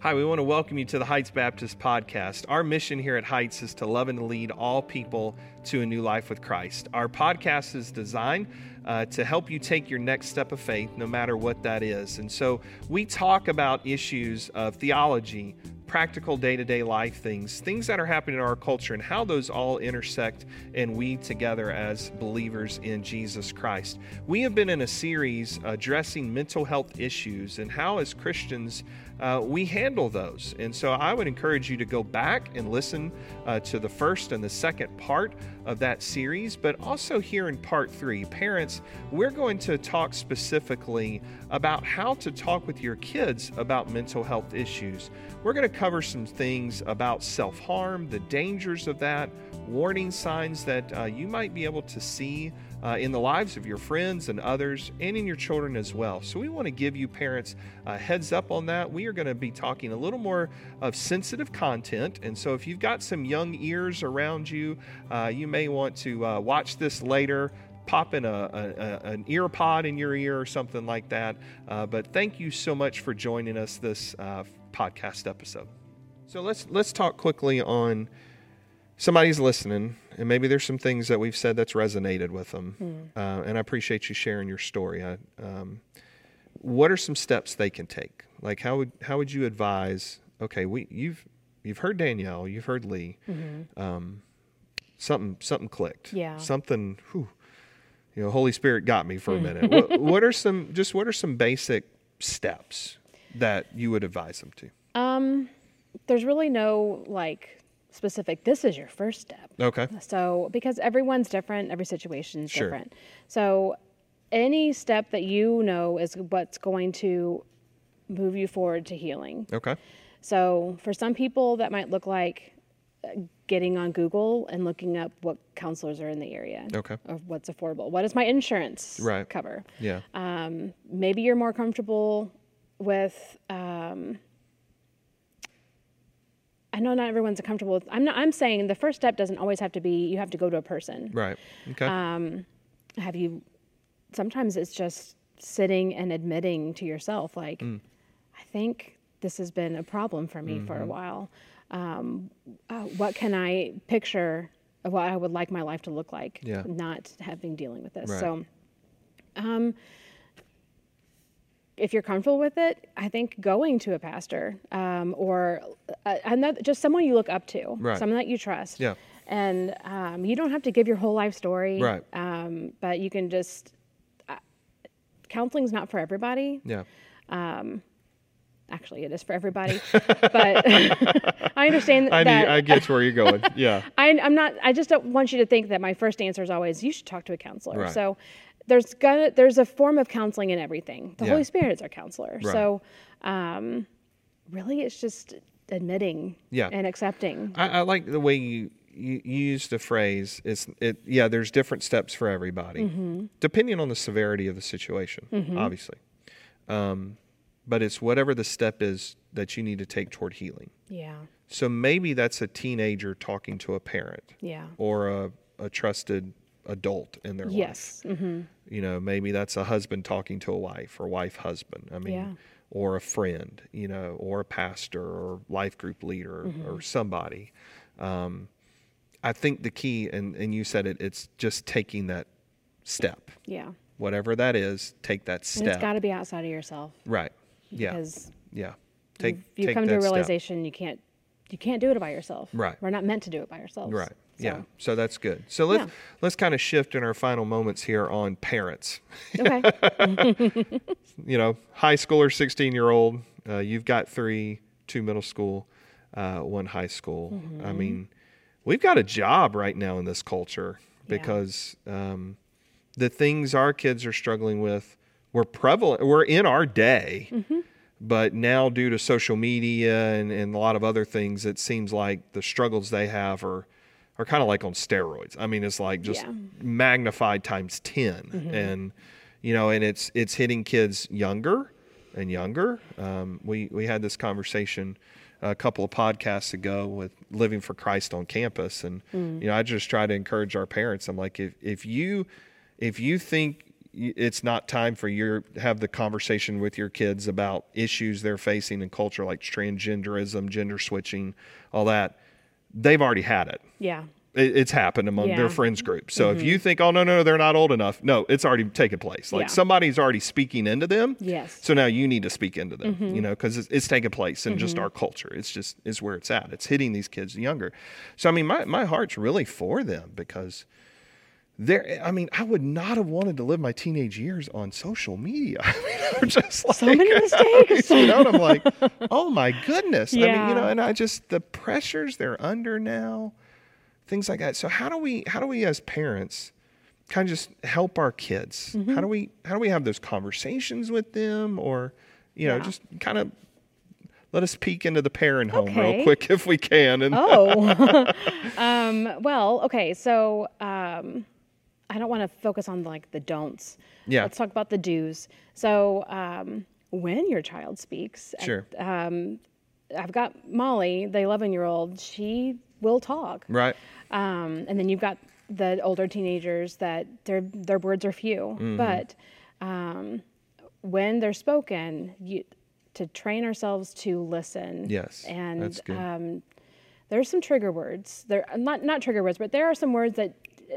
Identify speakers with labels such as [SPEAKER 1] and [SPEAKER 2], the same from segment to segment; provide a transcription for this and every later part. [SPEAKER 1] Hi, we want to welcome you to the Heights Baptist Podcast. Our mission here at Heights is to love and lead all people to a new life with Christ. Our podcast is designed uh, to help you take your next step of faith, no matter what that is. And so we talk about issues of theology, practical day to day life things, things that are happening in our culture, and how those all intersect and weave together as believers in Jesus Christ. We have been in a series addressing mental health issues and how, as Christians, uh, we handle those. And so I would encourage you to go back and listen uh, to the first and the second part of that series, but also here in part three. Parents, we're going to talk specifically about how to talk with your kids about mental health issues. We're going to cover some things about self harm, the dangers of that, warning signs that uh, you might be able to see uh, in the lives of your friends and others, and in your children as well. So, we want to give you parents a heads up on that. We are going to be talking a little more of sensitive content. And so, if you've got some young ears around you, uh, you may want to uh, watch this later pop in a, a, an ear pod in your ear or something like that. Uh, but thank you so much for joining us this uh, podcast episode. So let's let's talk quickly on somebody's listening, and maybe there's some things that we've said that's resonated with them. Mm. Uh, and I appreciate you sharing your story. I, um, what are some steps they can take? Like how would how would you advise? Okay, we you've you've heard Danielle, you've heard Lee. Mm-hmm. Um, something something clicked.
[SPEAKER 2] Yeah.
[SPEAKER 1] Something. Whew, you know holy spirit got me for a minute what, what, are some just what are some basic steps that you would advise them to
[SPEAKER 2] um there's really no like specific this is your first step
[SPEAKER 1] okay
[SPEAKER 2] so because everyone's different every situation's sure. different so any step that you know is what's going to move you forward to healing
[SPEAKER 1] okay
[SPEAKER 2] so for some people that might look like uh, getting on Google and looking up what counselors are in the area.
[SPEAKER 1] Okay.
[SPEAKER 2] Or what's affordable. What does my insurance
[SPEAKER 1] Oh. right.
[SPEAKER 2] cover?
[SPEAKER 1] Yeah.
[SPEAKER 2] Um, maybe you're more comfortable with. Um, I know not everyone's comfortable with. I'm not. I'm saying the first step doesn't always have to be you have to go to a person.
[SPEAKER 1] Right. Okay.
[SPEAKER 2] Um, have you? Sometimes it's just sitting and admitting to yourself, like, mm. I think this has been a problem for me mm-hmm. for a while. Um, uh, what can I picture of what I would like my life to look like,
[SPEAKER 1] yeah.
[SPEAKER 2] not having dealing with this.
[SPEAKER 1] Right.
[SPEAKER 2] So, um, if you're comfortable with it, I think going to a pastor um, or uh, another, just someone you look up to,
[SPEAKER 1] right.
[SPEAKER 2] someone that you trust.
[SPEAKER 1] Yeah.
[SPEAKER 2] And um, you don't have to give your whole life story, um,
[SPEAKER 1] right.
[SPEAKER 2] but you can just uh, counseling's not for everybody.
[SPEAKER 1] Yeah
[SPEAKER 2] actually it is for everybody but i understand
[SPEAKER 1] I,
[SPEAKER 2] that,
[SPEAKER 1] need, I get where you're going yeah
[SPEAKER 2] I, am not i just don't want you to think that my first answer is always you should talk to a counselor
[SPEAKER 1] right.
[SPEAKER 2] so there's gonna there's a form of counseling in everything the
[SPEAKER 1] yeah.
[SPEAKER 2] holy spirit is our counselor
[SPEAKER 1] right.
[SPEAKER 2] so um, really it's just admitting
[SPEAKER 1] yeah.
[SPEAKER 2] and accepting
[SPEAKER 1] I, I like the way you you use the phrase it's it yeah there's different steps for everybody
[SPEAKER 2] mm-hmm.
[SPEAKER 1] depending on the severity of the situation
[SPEAKER 2] Mhm.
[SPEAKER 1] obviously um, but it's whatever the step is that you need to take toward healing
[SPEAKER 2] yeah
[SPEAKER 1] So maybe that's a teenager talking to a parent
[SPEAKER 2] yeah
[SPEAKER 1] or a, a trusted adult in their
[SPEAKER 2] yes mm-hmm.
[SPEAKER 1] life. You know, maybe that's a husband talking to a wife or wife husband. I mean,
[SPEAKER 2] Yeah.
[SPEAKER 1] or a friend, you know, or a pastor or life group leader
[SPEAKER 2] Mm-hmm.
[SPEAKER 1] or somebody. Um, I think the key, and, and you said it, it's just taking that step.
[SPEAKER 2] yeah
[SPEAKER 1] Whatever that is, take that
[SPEAKER 2] and it's
[SPEAKER 1] step.
[SPEAKER 2] got to be outside of yourself
[SPEAKER 1] right. Yeah.
[SPEAKER 2] because
[SPEAKER 1] Yeah. Take,
[SPEAKER 2] if you
[SPEAKER 1] take
[SPEAKER 2] come to a
[SPEAKER 1] that step.
[SPEAKER 2] realization you can't you can't do it by yourself
[SPEAKER 1] Right.
[SPEAKER 2] we're not meant to do it by ourselves
[SPEAKER 1] Right. Yeah.
[SPEAKER 2] So-
[SPEAKER 1] So that's good. So let's
[SPEAKER 2] Yeah.
[SPEAKER 1] let's kind of shift in our final moments here on parents.
[SPEAKER 2] Okay.
[SPEAKER 1] You know, high schooler, sixteen year old. Uh, you've got three, two middle school, uh, one high school. I
[SPEAKER 2] Mm-hmm.
[SPEAKER 1] mean, we've got a job right now in this culture
[SPEAKER 2] Yeah.
[SPEAKER 1] because um, the things our kids are struggling with were prevalent. We're in our day.
[SPEAKER 2] Mm-hmm.
[SPEAKER 1] But now, due to social media and, and a lot of other things, it seems like the struggles they have are are kind of like on steroids. I mean, it's like just
[SPEAKER 2] Yeah.
[SPEAKER 1] magnified times 10 and you know, and it's it's hitting kids younger and younger. Um, we we had this conversation a couple of podcasts ago with Living for Christ on campus, and you know, I just try to encourage our parents. I'm like, if if you if you think y- it's not time for your have the conversation with your kids about issues they're facing in culture like transgenderism, gender switching, all that. They've already had it.
[SPEAKER 2] Yeah.
[SPEAKER 1] It- It's happened among
[SPEAKER 2] Yeah. Mm-hmm.
[SPEAKER 1] their friends group. So if you think, oh no, no, they're not old enough, no, it's already taken place. Like
[SPEAKER 2] Yeah.
[SPEAKER 1] somebody's already speaking into them.
[SPEAKER 2] Yes. Mm-hmm.
[SPEAKER 1] So now you need to speak into them, you know, because it's, it's taking place in just our culture. It's just is where it's at. It's hitting these kids younger. So I mean, my my heart's really for them because there. I mean, I would not have wanted to live my teenage years on social media. I mean, I'm just like,
[SPEAKER 2] So many mistakes.
[SPEAKER 1] you know, and I'm like, oh my goodness. I mean, you
[SPEAKER 2] Yeah.
[SPEAKER 1] know, and I just the pressures they're under now, things like that. So how do we how do we as parents kind of just help our kids?
[SPEAKER 2] Mm-hmm.
[SPEAKER 1] How do we how do we have those conversations with them or you know,
[SPEAKER 2] Yeah.
[SPEAKER 1] just kind of let us peek into the parent home real
[SPEAKER 2] Okay.
[SPEAKER 1] quick if we can. And
[SPEAKER 2] Oh. um, well, okay. So um, I don't want to focus on like the don'ts.
[SPEAKER 1] Yeah.
[SPEAKER 2] Let's talk about the do's. So um, when your child speaks, I-
[SPEAKER 1] sure.
[SPEAKER 2] I've got Molly, the 11 year old. She will talk.
[SPEAKER 1] right.
[SPEAKER 2] Um, and then you've got the older teenagers that their their words are few,
[SPEAKER 1] Mm-hmm.
[SPEAKER 2] but um, when they're spoken, you, to train ourselves to listen.
[SPEAKER 1] Yes,
[SPEAKER 2] and
[SPEAKER 1] that's good.
[SPEAKER 2] Um, there's some trigger words. There not not trigger words, but there are some words that uh,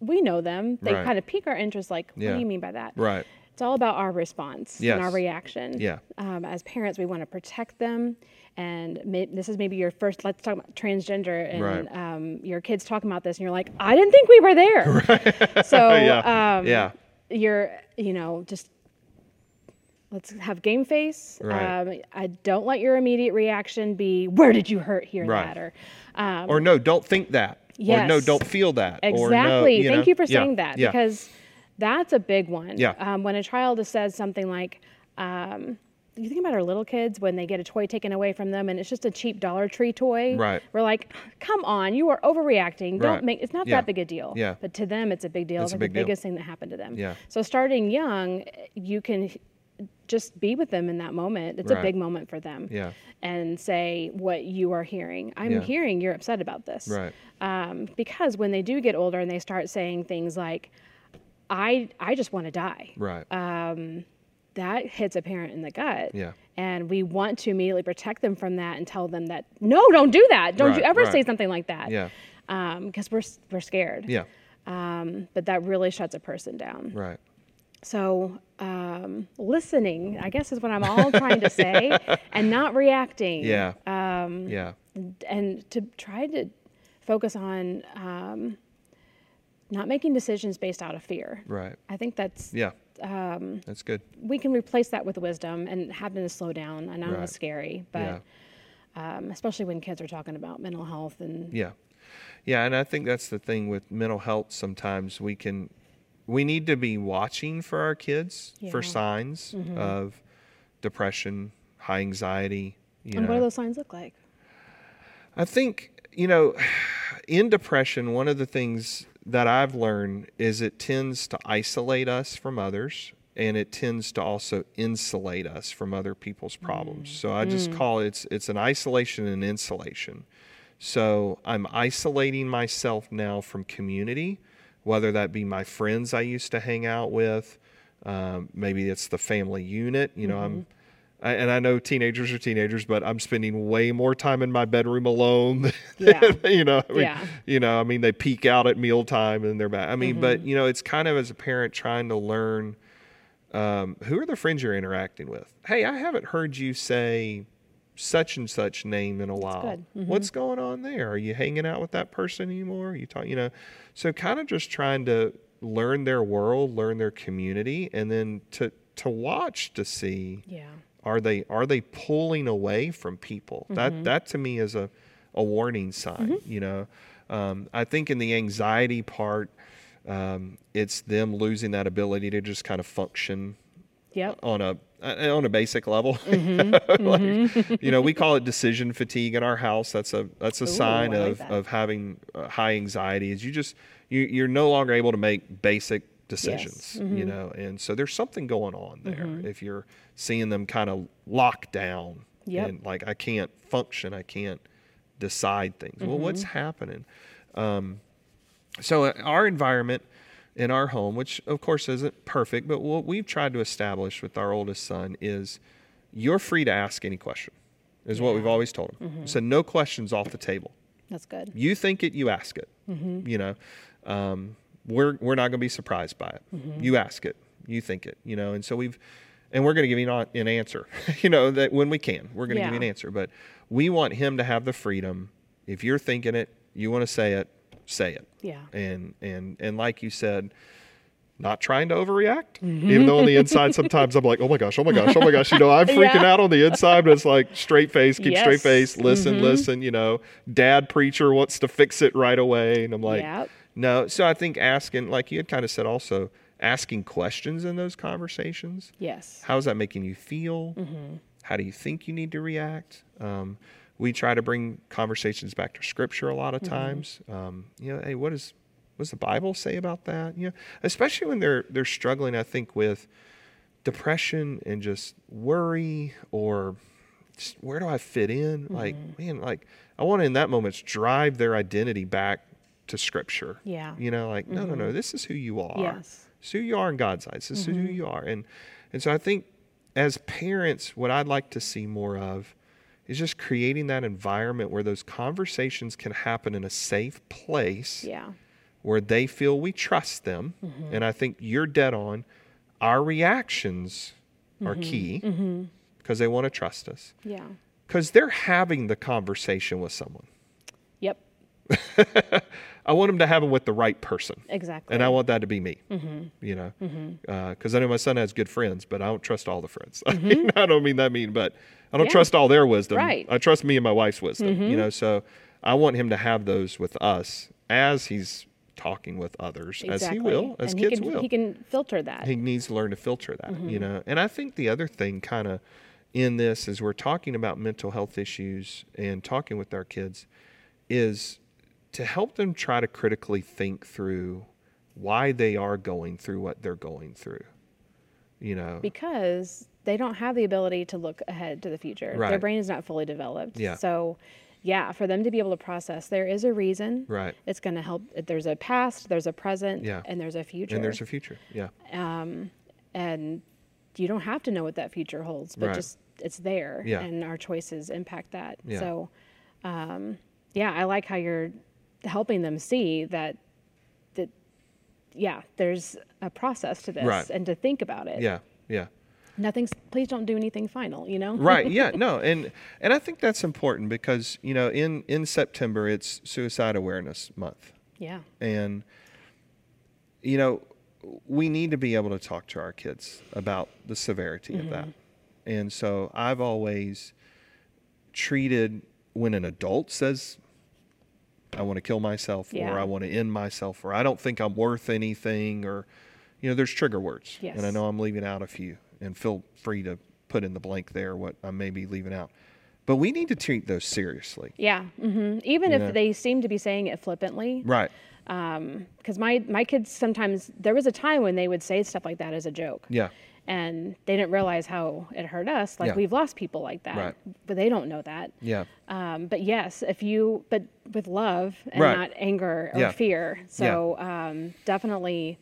[SPEAKER 2] we know them. They
[SPEAKER 1] Right.
[SPEAKER 2] kind of pique our interest. Like, what
[SPEAKER 1] Yeah.
[SPEAKER 2] do you mean by that?
[SPEAKER 1] Right.
[SPEAKER 2] It's all about our response and our
[SPEAKER 1] Yes.
[SPEAKER 2] reaction.
[SPEAKER 1] Yeah.
[SPEAKER 2] Um, as parents, we want to protect them, and may, this is maybe your first. Let's talk about transgender, and
[SPEAKER 1] Right.
[SPEAKER 2] um, your kids talking about this, and you're like, I didn't think we were there. So
[SPEAKER 1] Yeah.
[SPEAKER 2] um,
[SPEAKER 1] yeah.
[SPEAKER 2] you're, you know, just let's have game face.
[SPEAKER 1] Right.
[SPEAKER 2] Um, I don't let your immediate reaction be, "Where did you hurt?" Here and
[SPEAKER 1] Right.
[SPEAKER 2] that, or um,
[SPEAKER 1] Or no, don't think that. Or no,
[SPEAKER 2] Yes.
[SPEAKER 1] don't feel that. Or no,
[SPEAKER 2] Exactly. Thank
[SPEAKER 1] know?
[SPEAKER 2] you for
[SPEAKER 1] Yeah,
[SPEAKER 2] saying that
[SPEAKER 1] yeah.
[SPEAKER 2] because that's a big one.
[SPEAKER 1] Yeah.
[SPEAKER 2] Um, when a child says something like, um, you think about our little kids when they get a toy taken away from them and it's just a cheap Dollar Tree toy.
[SPEAKER 1] Right.
[SPEAKER 2] We're like, come on, you are overreacting. Don't
[SPEAKER 1] Right.
[SPEAKER 2] make it's not
[SPEAKER 1] Yeah.
[SPEAKER 2] that big a deal.
[SPEAKER 1] Yeah.
[SPEAKER 2] But to them, it's a big deal.
[SPEAKER 1] It's a
[SPEAKER 2] It's, like
[SPEAKER 1] big
[SPEAKER 2] the
[SPEAKER 1] deal.
[SPEAKER 2] biggest thing that happened to them.
[SPEAKER 1] Yeah.
[SPEAKER 2] So starting young, you can just be with them in that moment. It's
[SPEAKER 1] Right.
[SPEAKER 2] a big moment for them.
[SPEAKER 1] Yeah.
[SPEAKER 2] And say what you are hearing. I'm
[SPEAKER 1] Yeah.
[SPEAKER 2] hearing you're upset about this
[SPEAKER 1] Right.
[SPEAKER 2] um, because when they do get older and they start saying things like i i just want to die
[SPEAKER 1] Right.
[SPEAKER 2] that hits a parent in the gut
[SPEAKER 1] Yeah.
[SPEAKER 2] and we want to immediately protect them from that and tell them that no don't do that don't you
[SPEAKER 1] Right,
[SPEAKER 2] ever
[SPEAKER 1] right.
[SPEAKER 2] say something like that
[SPEAKER 1] yeah.
[SPEAKER 2] because we're s- we're scared
[SPEAKER 1] Yeah.
[SPEAKER 2] um, but that really shuts a person down
[SPEAKER 1] Right.
[SPEAKER 2] so um, listening i guess is what i'm all trying to say and not reacting
[SPEAKER 1] Yeah. Um, yeah.
[SPEAKER 2] and to try to focus on um, not making decisions based out of fear.
[SPEAKER 1] Right.
[SPEAKER 2] I think that's
[SPEAKER 1] Yeah. Um, That's good.
[SPEAKER 2] we can replace that with wisdom and having to slow down. I know
[SPEAKER 1] Right.
[SPEAKER 2] it's scary,
[SPEAKER 1] Yeah.
[SPEAKER 2] but um, especially when kids are talking about mental health and
[SPEAKER 1] Yeah. Yeah. And I think that's the thing with mental health. Sometimes we can, we need to be watching for our kids for
[SPEAKER 2] Yeah. Mm-hmm.
[SPEAKER 1] signs of depression, high anxiety. You
[SPEAKER 2] and
[SPEAKER 1] know.
[SPEAKER 2] what do those signs look like?
[SPEAKER 1] I think, you know, in depression, one of the things that I've learned is it tends to isolate us from others and it tends to also insulate us from other people's problems. So I just call it, it's it's an isolation and insulation. So I'm isolating myself now from community, whether that be my friends I used to hang out with, um, maybe it's the family unit. You know, I'm I, and I know teenagers are teenagers, but I'm spending way more time in my bedroom alone. than-
[SPEAKER 2] Yeah.
[SPEAKER 1] you know, I mean,
[SPEAKER 2] Yeah.
[SPEAKER 1] you know, I mean, they peak out at mealtime and they're back. I mean,
[SPEAKER 2] Mm-hmm.
[SPEAKER 1] but you know, it's kind of as a parent trying to learn um, who are the friends you're interacting with. Hey, I haven't heard you say such and such name in a while.
[SPEAKER 2] good. Mm-hmm.
[SPEAKER 1] What's going on there? Are you hanging out with that person anymore? Are you talking, you know, so kind of just trying to learn their world, learn their community, and then to to watch to see
[SPEAKER 2] Yeah.
[SPEAKER 1] are they are they pulling away from people
[SPEAKER 2] Mm-hmm.
[SPEAKER 1] that that to me is a a warning sign you know um, i think in the anxiety part um, it's them losing that ability to just kind of function
[SPEAKER 2] Yep.
[SPEAKER 1] on a uh, on a basic level
[SPEAKER 2] Mm-hmm.
[SPEAKER 1] Like, you know we call it decision fatigue in our house that's a that's a sign
[SPEAKER 2] I like
[SPEAKER 1] of
[SPEAKER 2] that.
[SPEAKER 1] of having uh, high anxiety is you just you you're no longer able to make basic decisions you know and so there's something going on there if you're seeing them kind of locked down
[SPEAKER 2] Yep.
[SPEAKER 1] and like i can't function i can't Um, decide things well what's happening so uh, our environment in our home, which of course isn't perfect, but what we've tried to establish with our oldest son is you're free to ask any question, is what we've always told him. So no questions off the table.
[SPEAKER 2] That's good.
[SPEAKER 1] You think it, you ask it.
[SPEAKER 2] Mm-hmm.
[SPEAKER 1] You know, um, we're we're not going to be surprised by it.
[SPEAKER 2] Mm-hmm.
[SPEAKER 1] You ask it, you think it. You know, and so we've, and we're going to give you an, an answer. you know that when we can, we're going to give you an
[SPEAKER 2] Yeah.
[SPEAKER 1] answer. But we want him to have the freedom. If you're thinking it, you want to say it, say it.
[SPEAKER 2] Yeah.
[SPEAKER 1] And and and like you said. Not trying to overreact,
[SPEAKER 2] Mm-hmm.
[SPEAKER 1] even though on the inside sometimes I'm like, oh my gosh, oh my gosh, oh my gosh, you know, I'm freaking
[SPEAKER 2] Yeah.
[SPEAKER 1] out on the inside, but it's like straight face, keep straight
[SPEAKER 2] Yes.
[SPEAKER 1] face, listen, listen, you know, dad preacher wants to fix it right away. And I'm like,
[SPEAKER 2] Yep.
[SPEAKER 1] no. So I think asking, like you had kind of said also, asking questions in those conversations.
[SPEAKER 2] Yes. Mm-hmm.
[SPEAKER 1] How's that making you feel? How do you think you need to react? Um, we try to bring conversations back to scripture a lot of
[SPEAKER 2] Mm-hmm.
[SPEAKER 1] times. Um, you know, hey, what is what does the Bible say about that? You know, especially when they're they're struggling, I think with depression and just worry or just where do I fit in? Like,
[SPEAKER 2] Mm-hmm.
[SPEAKER 1] man, like I want to in that moment drive their identity back to scripture.
[SPEAKER 2] Yeah. Mm-hmm.
[SPEAKER 1] You know, like, no, no, no, this is who you are.
[SPEAKER 2] Yes.
[SPEAKER 1] This is who you are in God's eyes. This is who you are. And and so I think as parents, what I'd like to see more of is just creating that environment where those conversations can happen in a safe place
[SPEAKER 2] Yeah.
[SPEAKER 1] where they feel we trust them. And I think you're dead on. Our reactions are key because they want to trust us.
[SPEAKER 2] Yeah.
[SPEAKER 1] Because they're having the conversation with someone.
[SPEAKER 2] Yep.
[SPEAKER 1] I want them to have it with the right person.
[SPEAKER 2] Exactly. Mm-hmm.
[SPEAKER 1] And I want that to be me, you know, because I know my son has good friends, but I don't trust all the friends. I mean, I don't mean that mean, but I don't
[SPEAKER 2] Mm-hmm. Yeah.
[SPEAKER 1] trust all their wisdom.
[SPEAKER 2] Right. Mm-hmm.
[SPEAKER 1] I trust me and my wife's wisdom, you know, so I want him to have those with us as he's talking with others, as he will, as
[SPEAKER 2] and
[SPEAKER 1] kids
[SPEAKER 2] he can,
[SPEAKER 1] will
[SPEAKER 2] He can filter that.
[SPEAKER 1] he needs to learn to filter that you know and i think the other thing kind of in this is we're talking about mental health issues and talking with our kids is to help them try to critically think through why they are going through what they're going through you know
[SPEAKER 2] because they don't have the ability to look ahead to the future. Their
[SPEAKER 1] Right.
[SPEAKER 2] brain is not fully developed.
[SPEAKER 1] Yeah.
[SPEAKER 2] So, yeah, for them to be able to process, there is a reason.
[SPEAKER 1] Right.
[SPEAKER 2] It's going to help. There's a past, there's a present,
[SPEAKER 1] Yeah.
[SPEAKER 2] and there's a future.
[SPEAKER 1] and there's a future yeah
[SPEAKER 2] and you don't have to know what that future holds, but
[SPEAKER 1] Right.
[SPEAKER 2] just it's there,
[SPEAKER 1] Yeah.
[SPEAKER 2] and our choices impact that.
[SPEAKER 1] Yeah.
[SPEAKER 2] So, um, yeah, I like how you're helping them see that that yeah, there's a process to this,
[SPEAKER 1] Right.
[SPEAKER 2] and to think about it.
[SPEAKER 1] yeah yeah
[SPEAKER 2] Nothing's. Please don't do anything final. You know.
[SPEAKER 1] right yeah no and and i think that's important because you know in in september it's suicide awareness month
[SPEAKER 2] Yeah.
[SPEAKER 1] And, you know, we need to be able to talk to our kids about the severity of that.
[SPEAKER 2] Mm-hmm.
[SPEAKER 1] And so I've always treated when an adult says, I want to kill myself, or
[SPEAKER 2] Yeah.
[SPEAKER 1] I want to end myself, or I don't think I'm worth anything, or, you know, there's trigger words. And I
[SPEAKER 2] Yes.
[SPEAKER 1] know I'm leaving out a few, and feel free to put in the blank there what I may be leaving out. But we need to treat those seriously.
[SPEAKER 2] Yeah. hmm Even if
[SPEAKER 1] Yeah.
[SPEAKER 2] they seem to be saying it flippantly,
[SPEAKER 1] Right.
[SPEAKER 2] because my my kids sometimes there was a time when they would say stuff like that as a joke.
[SPEAKER 1] Yeah.
[SPEAKER 2] And they didn't realize how it hurt us. Like
[SPEAKER 1] Yeah.
[SPEAKER 2] we've lost people like that,
[SPEAKER 1] Right.
[SPEAKER 2] but they don't know that.
[SPEAKER 1] Yeah.
[SPEAKER 2] Um, but yes, if you but with love and
[SPEAKER 1] Right.
[SPEAKER 2] not anger or
[SPEAKER 1] Yeah.
[SPEAKER 2] fear. So um, definitely,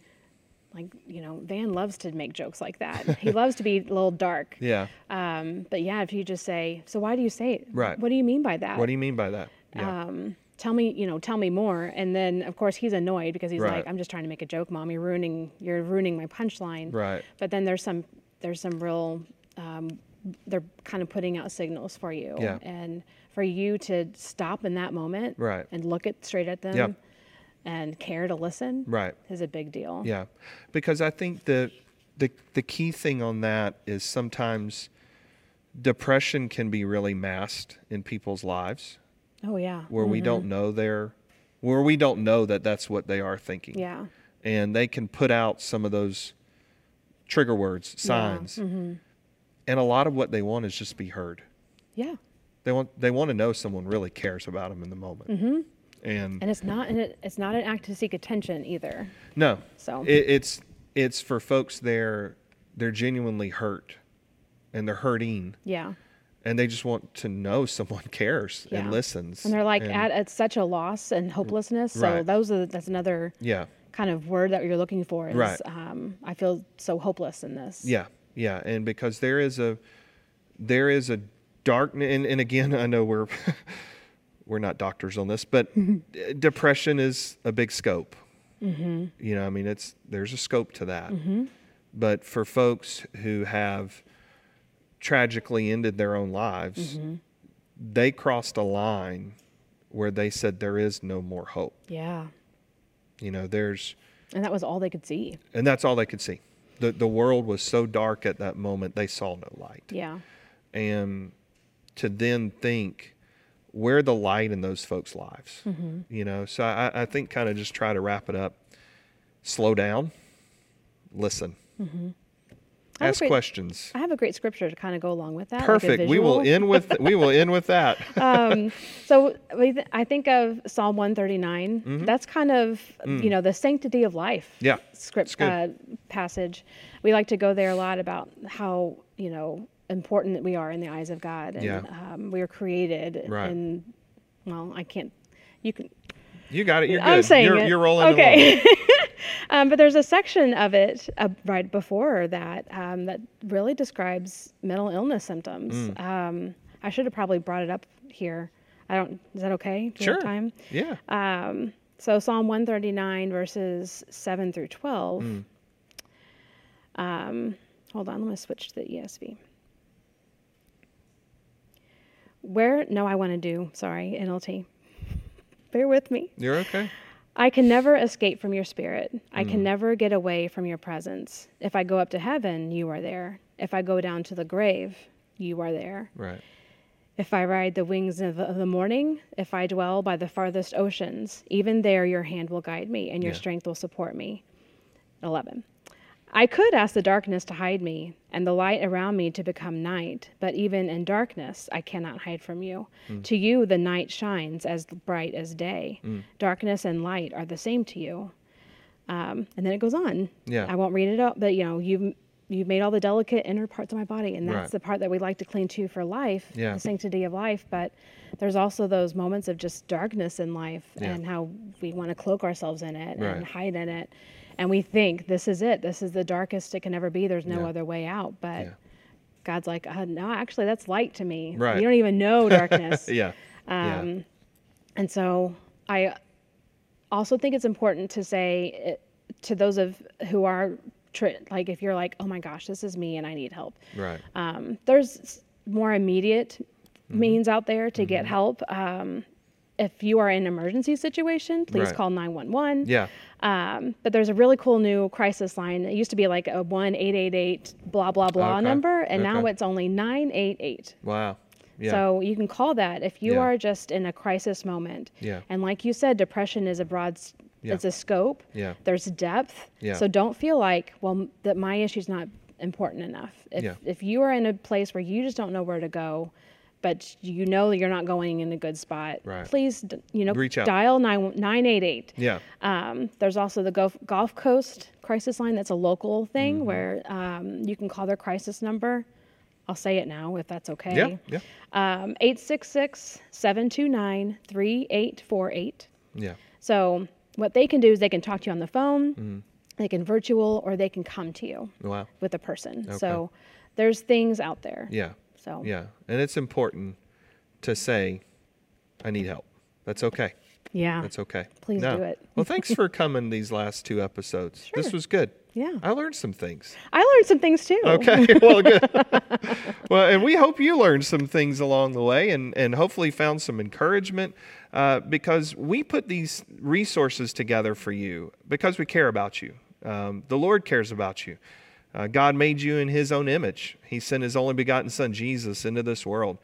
[SPEAKER 2] like you know, Van loves to make jokes like that. he loves to be a little dark.
[SPEAKER 1] Yeah.
[SPEAKER 2] Um, but yeah, if you just say, so why do you say it?
[SPEAKER 1] Right.
[SPEAKER 2] What do you mean by that?
[SPEAKER 1] What do you mean by that? Yeah.
[SPEAKER 2] um, tell me, you know, tell me more. And then of course he's annoyed because he's
[SPEAKER 1] Right.
[SPEAKER 2] like, I'm just trying to make a joke, mom. You're ruining, you're ruining my punchline.
[SPEAKER 1] Right.
[SPEAKER 2] But then there's some, there's some real, um, they're kind of putting out signals for you.
[SPEAKER 1] Yeah.
[SPEAKER 2] And for you to stop in that moment.
[SPEAKER 1] Right.
[SPEAKER 2] And look at straight at them.
[SPEAKER 1] Yeah.
[SPEAKER 2] And care to listen.
[SPEAKER 1] Right.
[SPEAKER 2] Is a big deal.
[SPEAKER 1] Yeah, because I think the the the key thing on that is sometimes depression can be really masked in people's lives
[SPEAKER 2] Oh yeah.
[SPEAKER 1] where we don't know their where we don't know that that's what they are thinking.
[SPEAKER 2] Yeah.
[SPEAKER 1] and they can put out some of those trigger words, signs,
[SPEAKER 2] Mm-hmm.
[SPEAKER 1] and a lot of what they want is just be heard.
[SPEAKER 2] Yeah.
[SPEAKER 1] They want they want to know someone really cares about them in the moment.
[SPEAKER 2] Mm-hmm.
[SPEAKER 1] And
[SPEAKER 2] And it's not, an, it's not an act to seek attention either.
[SPEAKER 1] No.
[SPEAKER 2] So-
[SPEAKER 1] it, it's it's for folks they're they're genuinely hurt, and they're hurting,
[SPEAKER 2] Yeah.
[SPEAKER 1] and they just want to know someone cares
[SPEAKER 2] Yeah.
[SPEAKER 1] and listens.
[SPEAKER 2] And they're like
[SPEAKER 1] and-
[SPEAKER 2] at, at such a loss and hopelessness. So
[SPEAKER 1] Right.
[SPEAKER 2] those are that's another
[SPEAKER 1] yeah,
[SPEAKER 2] kind of word that you're looking for is
[SPEAKER 1] Right.
[SPEAKER 2] um, I feel so hopeless in this.
[SPEAKER 1] Yeah, yeah, and because there is a there is a darkness, and, and again, I know we're we're not doctors on this, but d- depression is a big scope. Mm-hmm. You know, I mean, it's there's a scope to that, but for folks who have tragically ended their own lives, they crossed a line where they said there is no more hope.
[SPEAKER 2] Yeah.
[SPEAKER 1] You know, there's
[SPEAKER 2] And that was all they could see.
[SPEAKER 1] and that's all they could see. The the world was so dark at that moment they saw no light.
[SPEAKER 2] Yeah.
[SPEAKER 1] and to then think where the light in those folks' lives,
[SPEAKER 2] Mm-hmm.
[SPEAKER 1] you know. So I, I think kind of just try to wrap it up. Slow down, listen,
[SPEAKER 2] Mm-hmm. I have a
[SPEAKER 1] ask
[SPEAKER 2] great-
[SPEAKER 1] questions.
[SPEAKER 2] I have a great scripture to kind of go along with that. like a
[SPEAKER 1] Perfect. we will
[SPEAKER 2] visual.
[SPEAKER 1] end with we will end with that.
[SPEAKER 2] So we th- I think of Psalm 139. That's kind of you know the sanctity of life.
[SPEAKER 1] Mm-hmm. Mm. Yeah, it's
[SPEAKER 2] Script
[SPEAKER 1] good.
[SPEAKER 2] uh, passage. We like to go there a lot about how you know important that we are in the eyes of God, and
[SPEAKER 1] Yeah.
[SPEAKER 2] um, we are created.
[SPEAKER 1] Right.
[SPEAKER 2] And well, I can't. You can.
[SPEAKER 1] you got it. You're good.
[SPEAKER 2] I'm saying
[SPEAKER 1] you're,
[SPEAKER 2] it.
[SPEAKER 1] you're rolling. along.
[SPEAKER 2] Okay. um, but there's a section of it uh, right before that um, that really describes mental illness symptoms. Um, I should have probably brought it up here. I don't. Is that okay? Do we have
[SPEAKER 1] Sure.
[SPEAKER 2] Time. Mm.
[SPEAKER 1] Yeah.
[SPEAKER 2] Uh, So Psalm 139 verses 7 through 12. Um, hold on, let me switch to the E ESV. Where? No, I want to do. Sorry, NLT. Bear with me.
[SPEAKER 1] you're okay.
[SPEAKER 2] I can never escape from your spirit. I can never get away from your presence. If I go up to heaven, you are there. If I go down to the grave, you are there.
[SPEAKER 1] Right.
[SPEAKER 2] If I ride the wings of of the morning, if I dwell by the farthest oceans, even there your hand will guide me and your
[SPEAKER 1] Yeah.
[SPEAKER 2] strength will support me. 11. I could ask the darkness to hide me and the light around me to become night, but even in darkness I cannot hide from you.
[SPEAKER 1] Hmm.
[SPEAKER 2] To you the night shines as bright as day. Darkness and light are the same to you. Um, and then it goes on.
[SPEAKER 1] Yeah.
[SPEAKER 2] I won't read it out, but you know, you've you've made all the delicate inner parts of my body, and that's
[SPEAKER 1] Right.
[SPEAKER 2] the part that we like to cling to for life,
[SPEAKER 1] Yeah.
[SPEAKER 2] the sanctity of life. But there's also those moments of just darkness in life
[SPEAKER 1] Yeah.
[SPEAKER 2] and how we want to cloak ourselves in it
[SPEAKER 1] Right.
[SPEAKER 2] and hide in it. And we think this is it. This is the darkest it can ever be. There's no
[SPEAKER 1] Yeah.
[SPEAKER 2] other way out. But
[SPEAKER 1] Yeah.
[SPEAKER 2] God's like, uh, no, actually, that's light to me.
[SPEAKER 1] Right.
[SPEAKER 2] You don't even know darkness.
[SPEAKER 1] Yeah. yeah.
[SPEAKER 2] Um, And so I also think it's important to say it, to those of who are tri- like, if you're like, oh my gosh, this is me and I need help.
[SPEAKER 1] Right.
[SPEAKER 2] Um, there's s- more immediate
[SPEAKER 1] Mm-hmm.
[SPEAKER 2] means out there to get help. Um, if you are in an emergency situation, please
[SPEAKER 1] Right.
[SPEAKER 2] call 911.
[SPEAKER 1] Yeah.
[SPEAKER 2] Um, but there's a really cool new crisis line. It used to be like a 1 888 blah, blah, blah
[SPEAKER 1] Okay.
[SPEAKER 2] number, and now
[SPEAKER 1] Okay.
[SPEAKER 2] it's only 988.
[SPEAKER 1] Wow. Yeah.
[SPEAKER 2] So you can call that if you
[SPEAKER 1] Yeah.
[SPEAKER 2] are just in a crisis moment.
[SPEAKER 1] Yeah.
[SPEAKER 2] And like you said, depression is a broad, s-
[SPEAKER 1] Yeah.
[SPEAKER 2] it's a scope.
[SPEAKER 1] Yeah.
[SPEAKER 2] There's depth.
[SPEAKER 1] Yeah.
[SPEAKER 2] So don't feel like, well, m- that my issue's not important enough. If,
[SPEAKER 1] Yeah.
[SPEAKER 2] if you are in a place where you just don't know where to go, but you know that you're not going in a good spot,
[SPEAKER 1] Right.
[SPEAKER 2] please, d- you know,
[SPEAKER 1] Reach out.
[SPEAKER 2] dial 9, 988.
[SPEAKER 1] yeah.
[SPEAKER 2] Um, there's also the Gulf, Gulf Coast crisis line. That's a local thing
[SPEAKER 1] Mm-hmm.
[SPEAKER 2] where um, you can call their crisis number. I'll say it now if that's okay.
[SPEAKER 1] Yeah. Yeah.
[SPEAKER 2] Um, 866-729-3848.
[SPEAKER 1] Yeah.
[SPEAKER 2] So what they can do is they can talk to you on the phone,
[SPEAKER 1] Mm-hmm.
[SPEAKER 2] they can virtual, or they can come to you
[SPEAKER 1] Wow.
[SPEAKER 2] with a person. So there's things out there.
[SPEAKER 1] Yeah.
[SPEAKER 2] So
[SPEAKER 1] Yeah. And it's important to say, I need help. That's okay.
[SPEAKER 2] yeah.
[SPEAKER 1] That's okay.
[SPEAKER 2] Please do it.
[SPEAKER 1] well, thanks for coming these last two episodes. This
[SPEAKER 2] Sure.
[SPEAKER 1] was good.
[SPEAKER 2] Yeah. Oh.
[SPEAKER 1] I learned some things.
[SPEAKER 2] I learned some things too.
[SPEAKER 1] Okay. Well, good. well, and we hope you learned some things along the way and, and hopefully found some encouragement uh, because we put these resources together for you because we care about you. Um, the Lord cares about you. Uh, God made you in His own image, He sent His only begotten Son, Jesus, into this world.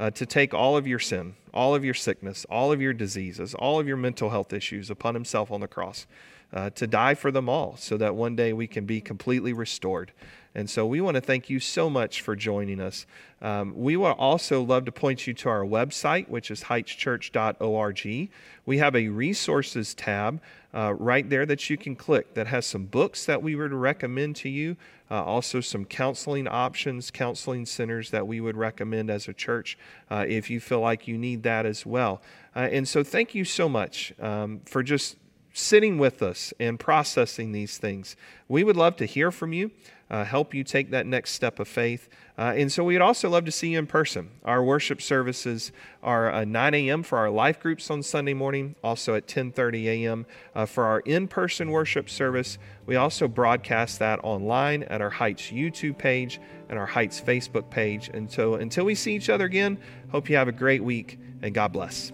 [SPEAKER 1] Uh, to take all of your sin, all of your sickness, all of your diseases, all of your mental health issues upon himself on the cross uh, to die for them all so that one day we can be completely restored. And so we want to thank you so much for joining us. Um, we will also love to point you to our website, which is heightschurch.org. We have a resources tab uh, right there that you can click that has some books that we would recommend to you, uh, also some counseling options, counseling centers that we would recommend as a church uh, if you feel like you need that as well. Uh, and so thank you so much um, for just sitting with us and processing these things. We would love to hear from you, uh, help you take that next step of faith. Uh, and so we'd also love to see you in person. Our worship services are uh, 9 a.m. for our life groups on Sunday morning, also at 10:30 a.m. uh, for our in-person worship service. We also broadcast that online at our Heights YouTube page and our Heights Facebook page. And so until we see each other again, hope you have a great week and God bless.